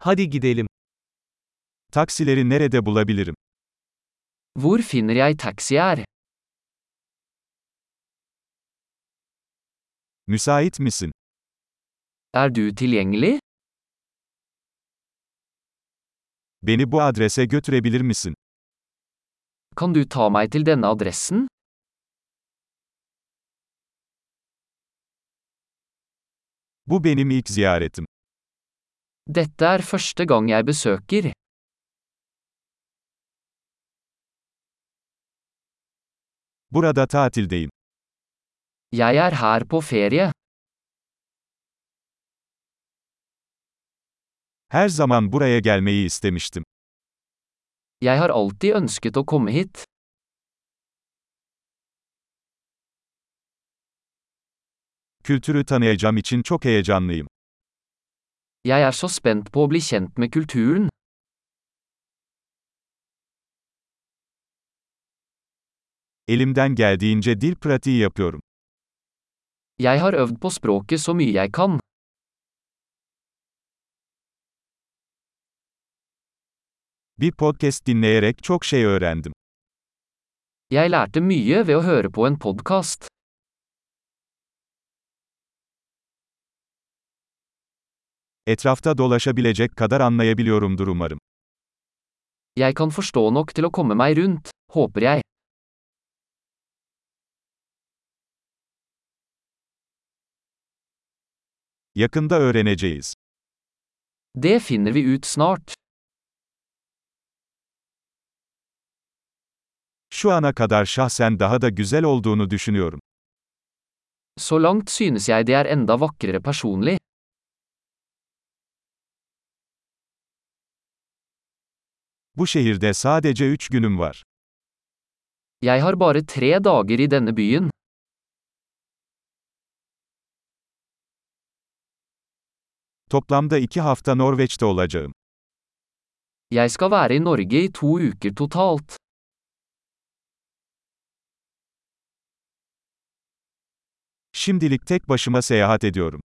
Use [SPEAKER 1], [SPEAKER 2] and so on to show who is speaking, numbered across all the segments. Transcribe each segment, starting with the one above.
[SPEAKER 1] Hadi gidelim. Taksileri nerede bulabilirim?
[SPEAKER 2] Hvor finner jeg taxier?
[SPEAKER 1] Müsait misin?
[SPEAKER 2] Er du tilgjengelig?
[SPEAKER 1] Beni bu adrese götürebilir misin?
[SPEAKER 2] Kan du ta meg til denne adressen?
[SPEAKER 1] Bu benim ilk ziyaretim.
[SPEAKER 2] Dette er første gang jeg besøker.
[SPEAKER 1] Burada tatildeyim.
[SPEAKER 2] Jeg er her på ferie.
[SPEAKER 1] Her zaman buraya gelmeyi istemiştim.
[SPEAKER 2] Jeg har alltid ønsket å komme hit.
[SPEAKER 1] Kültürü tanıyacağım için çok heyecanlıyım.
[SPEAKER 2] Jeg er så spent på å bli kjent med kulturen.
[SPEAKER 1] Elimden geldiğince dil pratiği yapıyorum.
[SPEAKER 2] Jeg har øvd på språket så mye jeg kan.
[SPEAKER 1] Bir podcast dinleyerek çok şey öğrendim.
[SPEAKER 2] Jeg lærte mye ved å høre på en podkast.
[SPEAKER 1] Etrafta dolaşabilecek kadar anlayabiliyorumdur umarım.
[SPEAKER 2] Jeg kan forstå nok til å komme meg rundt, håper jeg.
[SPEAKER 1] Yakında öğreneceğiz.
[SPEAKER 2] Det finner vi ut snart.
[SPEAKER 1] Şu ana kadar şahsen daha da güzel olduğunu düşünüyorum.
[SPEAKER 2] Så langt synes jeg det er enda vakrere personlig.
[SPEAKER 1] Bu şehirde sadece 3 günüm var.
[SPEAKER 2] Jeg har bare tre dager i denne byen.
[SPEAKER 1] Toplamda 2 hafta Norveç'te olacağım.
[SPEAKER 2] Jeg skal være i Norge i to uker totalt.
[SPEAKER 1] Şimdilik tek başıma seyahat ediyorum.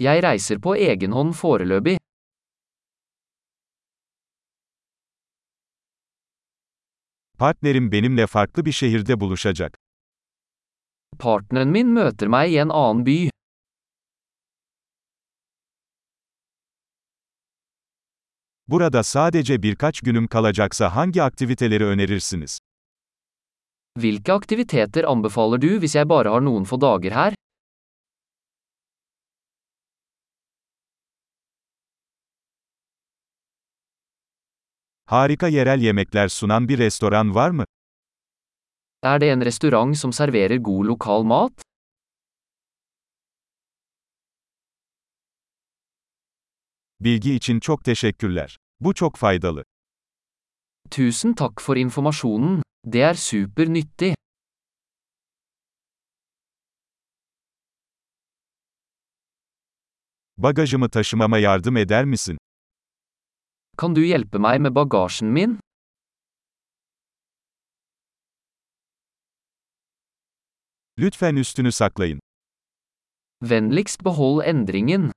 [SPEAKER 2] Jeg reiser på egen hånd foreløpig.
[SPEAKER 1] Partnerim benimle farklı bir şehirde buluşacak.
[SPEAKER 2] Partneren min møter meg i en annen by.
[SPEAKER 1] Burada sadece birkaç günüm kalacaksa hangi aktiviteleri önerirsiniz?
[SPEAKER 2] Hvilke aktiviteter anbefaler du hvis jeg bare har noen få dager her?
[SPEAKER 1] Harika yerel yemekler sunan bir restoran var mı?
[SPEAKER 2] Er det en restaurant som serverer god lokal mat?
[SPEAKER 1] Bilgi için çok teşekkürler. Bu çok faydalı.
[SPEAKER 2] Tusen takk for informasjonen. Det er supernyttig.
[SPEAKER 1] Bagajımı taşımama yardım eder misin?
[SPEAKER 2] Kan du hjelpe meg med bagasjen min?
[SPEAKER 1] Lütfen üstünü saklayın.
[SPEAKER 2] Vennligst behold endringen.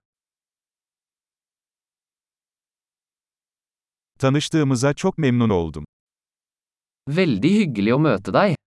[SPEAKER 1] Tanıştığımıza çok memnun oldum.
[SPEAKER 2] Veldig hyggelig å møte deg.